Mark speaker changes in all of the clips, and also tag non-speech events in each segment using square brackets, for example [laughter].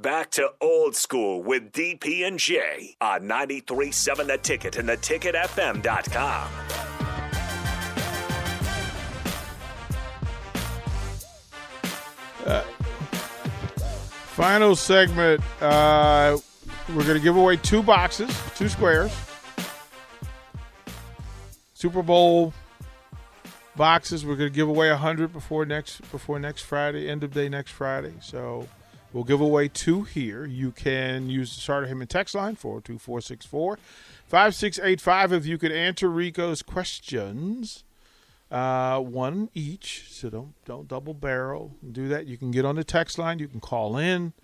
Speaker 1: Back to old school with DP and J on 937 the ticket and the ticketfm.com.
Speaker 2: Final segment. Uh, we're going to give away two boxes, two squares. Super Bowl boxes. We're going to give away a hundred before next before next Friday, end of day next Friday. So we'll give away two here. You can use the Starter Him and text line 42464 5685 if you could answer Rico's questions. Uh, one each, so don't don't double barrel. Do that. You can get on the text line. You can call in.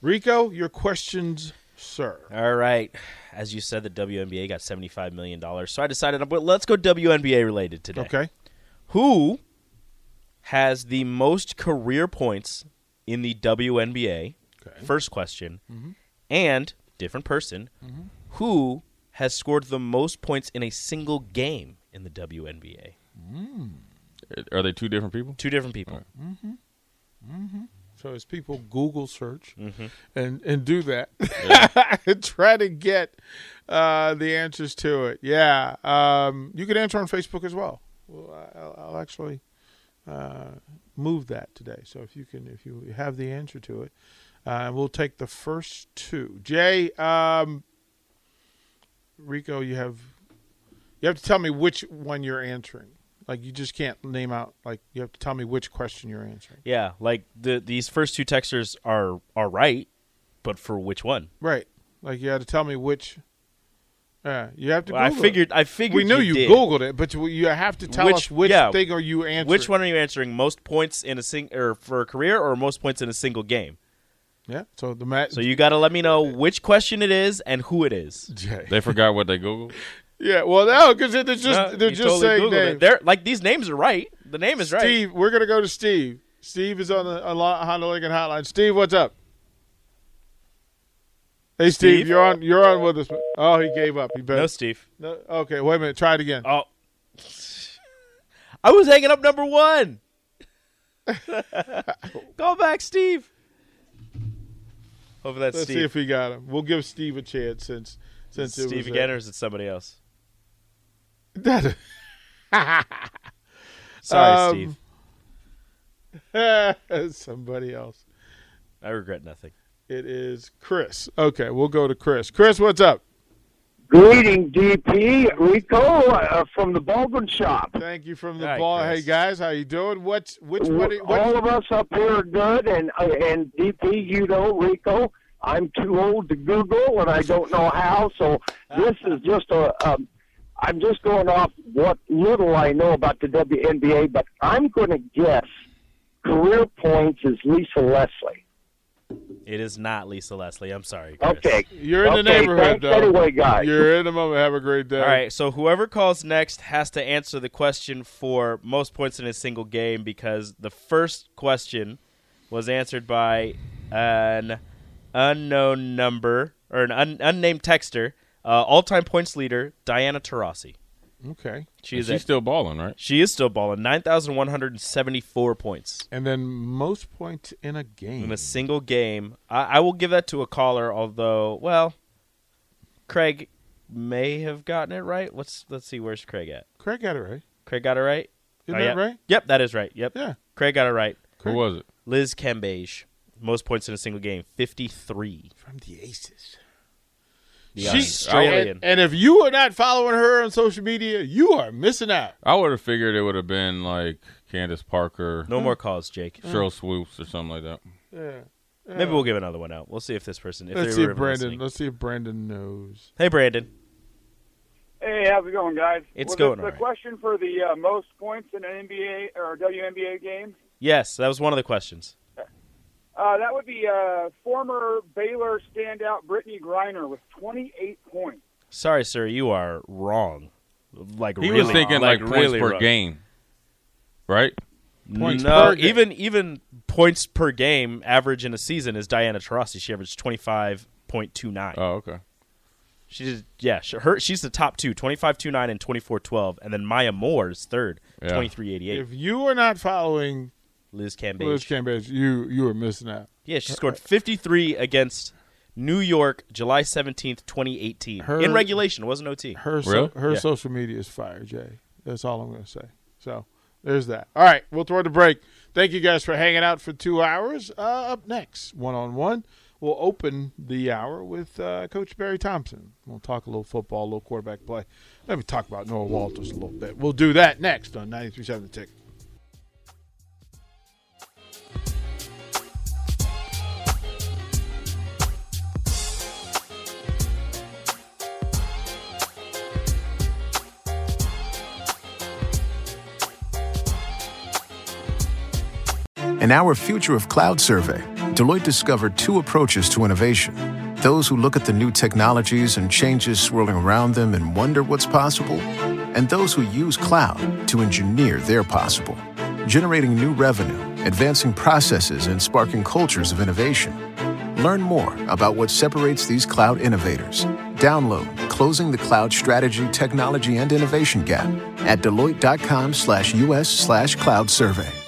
Speaker 2: Rico, your questions, sir.
Speaker 3: All right. As you said, the WNBA got $75 million. So I decided, well, let's go WNBA related today.
Speaker 2: Okay.
Speaker 3: Who has the most career points in the WNBA?
Speaker 2: Okay. Mm-hmm.
Speaker 3: First question. And, different person, who has scored the most points in a single game in the WNBA?
Speaker 4: Are they two different people?
Speaker 3: Two different people.
Speaker 2: So as people Google search and and do that, and [laughs] try to get uh, the answers to it. Yeah, um, you can answer on Facebook as well. well I- I'll, I'll actually uh, move that today. So if you can, if you have the answer to it, uh, we'll take the first two. Jay, um, Rico, you have you have to tell me which one you're answering. Like you just can't name out. Like you have to tell me which question you're answering.
Speaker 3: Yeah, like the these first two texters are are right, but for which one?
Speaker 2: Right. Like you had to tell me which. Yeah, you have to.
Speaker 3: Well, I
Speaker 2: Google it.
Speaker 3: figured I figured
Speaker 2: we knew you,
Speaker 3: you, did.
Speaker 2: Googled it, but you, you have to tell
Speaker 3: Which-
Speaker 2: us which
Speaker 3: yeah.
Speaker 2: thing are you answering.
Speaker 3: Which one are you answering? Most points in a sing or for a career, or most points in a single game?
Speaker 2: Yeah. So the Matt.
Speaker 3: So you got to let me know which question it is and who
Speaker 2: [laughs]
Speaker 3: it is.
Speaker 2: Jay.
Speaker 4: They forgot what they Googled.
Speaker 2: Yeah. Well, no, because they're just
Speaker 3: No,
Speaker 2: they're
Speaker 3: you
Speaker 2: just
Speaker 3: totally
Speaker 2: saying
Speaker 3: Googled it.
Speaker 2: names.
Speaker 3: They're like these names are right. The name is right.
Speaker 2: Steve, we're gonna go to Steve. Steve is on the on the Honda Lincoln Hotline. Steve, what's up? Hey, Steve,
Speaker 3: Steve?
Speaker 2: you're on you're on with us. Oh, he gave up. He
Speaker 3: No,
Speaker 2: better.
Speaker 3: Steve.
Speaker 2: No, okay, wait a minute. Try it again.
Speaker 3: Oh, I was hanging up
Speaker 2: [laughs]
Speaker 3: number one. Call back, Steve. Hope that's
Speaker 2: Let's
Speaker 3: Steve.
Speaker 2: see if we got him. We'll give Steve a chance since since it was,
Speaker 3: Steve
Speaker 2: uh,
Speaker 3: again, or is it somebody else?
Speaker 2: [laughs] That,
Speaker 3: Sorry,
Speaker 2: Um,
Speaker 3: Steve.
Speaker 2: [laughs] somebody else.
Speaker 3: I regret nothing.
Speaker 2: It is Chris. Okay, we'll go to Chris. Chris, what's up?
Speaker 5: Greeting, DP Rico uh, from the Baldwin Shop.
Speaker 2: Thank you from the
Speaker 3: Hi,
Speaker 2: ball.
Speaker 3: Chris.
Speaker 2: Hey guys, how you doing? What's which what,
Speaker 5: All
Speaker 2: what
Speaker 5: of us up here are good, and uh, and DP, you know, Rico, I'm too old to Google, and I don't know how. So this is just a. Um, I'm just going off what little I know about the WNBA, but I'm going to guess career points is Lisa Leslie.
Speaker 3: It is not Lisa Leslie. I'm sorry. Chris.
Speaker 5: Okay,
Speaker 2: you're in the
Speaker 5: Okay,
Speaker 2: neighborhood
Speaker 5: thanks
Speaker 2: though.
Speaker 5: anyway, guys.
Speaker 2: You're in the moment. Have a great day.
Speaker 3: All right. So whoever calls next has to answer the question for most points in a single game because the first question was answered by an unknown number or an un- unnamed texter, uh, all-time points leader Diana Taurasi.
Speaker 2: Okay.
Speaker 3: She is
Speaker 4: She's
Speaker 3: at-
Speaker 4: still balling, right?
Speaker 3: she is still balling. Nine thousand one hundred and seventy-four points.
Speaker 2: And then most points in a
Speaker 3: in
Speaker 2: game.
Speaker 3: a single game. I, I will give that to a caller, although, well, Craig may have gotten it right. Let's let's see, where's Craig at?
Speaker 2: Craig got it right.
Speaker 3: Craig got it right.
Speaker 2: Isn't
Speaker 3: Oh,
Speaker 2: that
Speaker 3: yeah.
Speaker 2: right?
Speaker 3: Yep, that is right. Yep.
Speaker 2: Yeah.
Speaker 3: Craig got it right.
Speaker 4: Who was it?
Speaker 3: Liz Cambage, most points in a single game, fifty-three.
Speaker 2: From the Aces.
Speaker 3: The
Speaker 2: She-
Speaker 3: Australian.
Speaker 2: And, and if you are not following her on social media, you are missing out.
Speaker 4: I would have figured it would have been like Candace Parker,
Speaker 3: no more calls, Jake.
Speaker 2: Uh,
Speaker 4: Cheryl Swoops, or something like that.
Speaker 2: Yeah.
Speaker 3: Maybe we'll give another one out. We'll see if this person. If
Speaker 2: Let's
Speaker 3: they
Speaker 2: see if
Speaker 3: were even
Speaker 2: Brandon.
Speaker 3: listening.
Speaker 2: Let's see if Brandon knows.
Speaker 3: Hey, Brandon.
Speaker 6: Hey, how's it going, guys?
Speaker 3: It's
Speaker 6: Was it
Speaker 3: going all
Speaker 6: The
Speaker 3: right.
Speaker 6: question for the uh, most points in an NBA or WNBA game
Speaker 3: Yes, that was one of the questions.
Speaker 6: uh, that would be uh, former Baylor standout Brittany Griner with 28 points.
Speaker 3: Sorry, sir, you are wrong. Like
Speaker 4: He
Speaker 3: really,
Speaker 4: was thinking like, points
Speaker 3: really
Speaker 4: per
Speaker 3: wrong.
Speaker 4: game, right?
Speaker 2: Points
Speaker 3: no,
Speaker 2: per game.
Speaker 3: even even points per game average in a season is Diana Taurasi. She averaged twenty five point two nine.
Speaker 4: Oh, okay.
Speaker 3: She did, yeah, she, her she's the top two, 25.29 and twenty four twelve, and then Maya Moore is third,
Speaker 4: Yeah.
Speaker 3: twenty three eighty eight.
Speaker 2: If you are not following
Speaker 3: Liz Cambage.
Speaker 2: Liz Cambage, you you are missing out.
Speaker 3: Yeah, she scored 53 against New York, July 17th, 2018.
Speaker 2: Her-
Speaker 3: in regulation, it wasn't OT.
Speaker 2: Her so,
Speaker 4: Really?
Speaker 2: her
Speaker 3: Yeah.
Speaker 2: social media is fire, Jay. That's all I'm going to say. So there's that. All right, we'll throw it to break. Thank you guys for hanging out for two hours. Uh, up next, one on one, we'll open the hour with uh, Coach Barry Thompson. We'll talk a little football, a little quarterback play. Let me talk about Noah Walters a little bit. We'll do that next on 93.7 The Tick.
Speaker 7: In our Future of Cloud survey, Deloitte discovered two approaches to innovation those who look at the new technologies and changes swirling around them and wonder what's possible, and those who use cloud to engineer their possible, generating new revenue, advancing processes, and sparking cultures of innovation. Learn more about what separates these cloud innovators. Download Closing the Cloud Strategy, Technology, and Innovation Gap at Deloitte.com slash US slash cloud survey.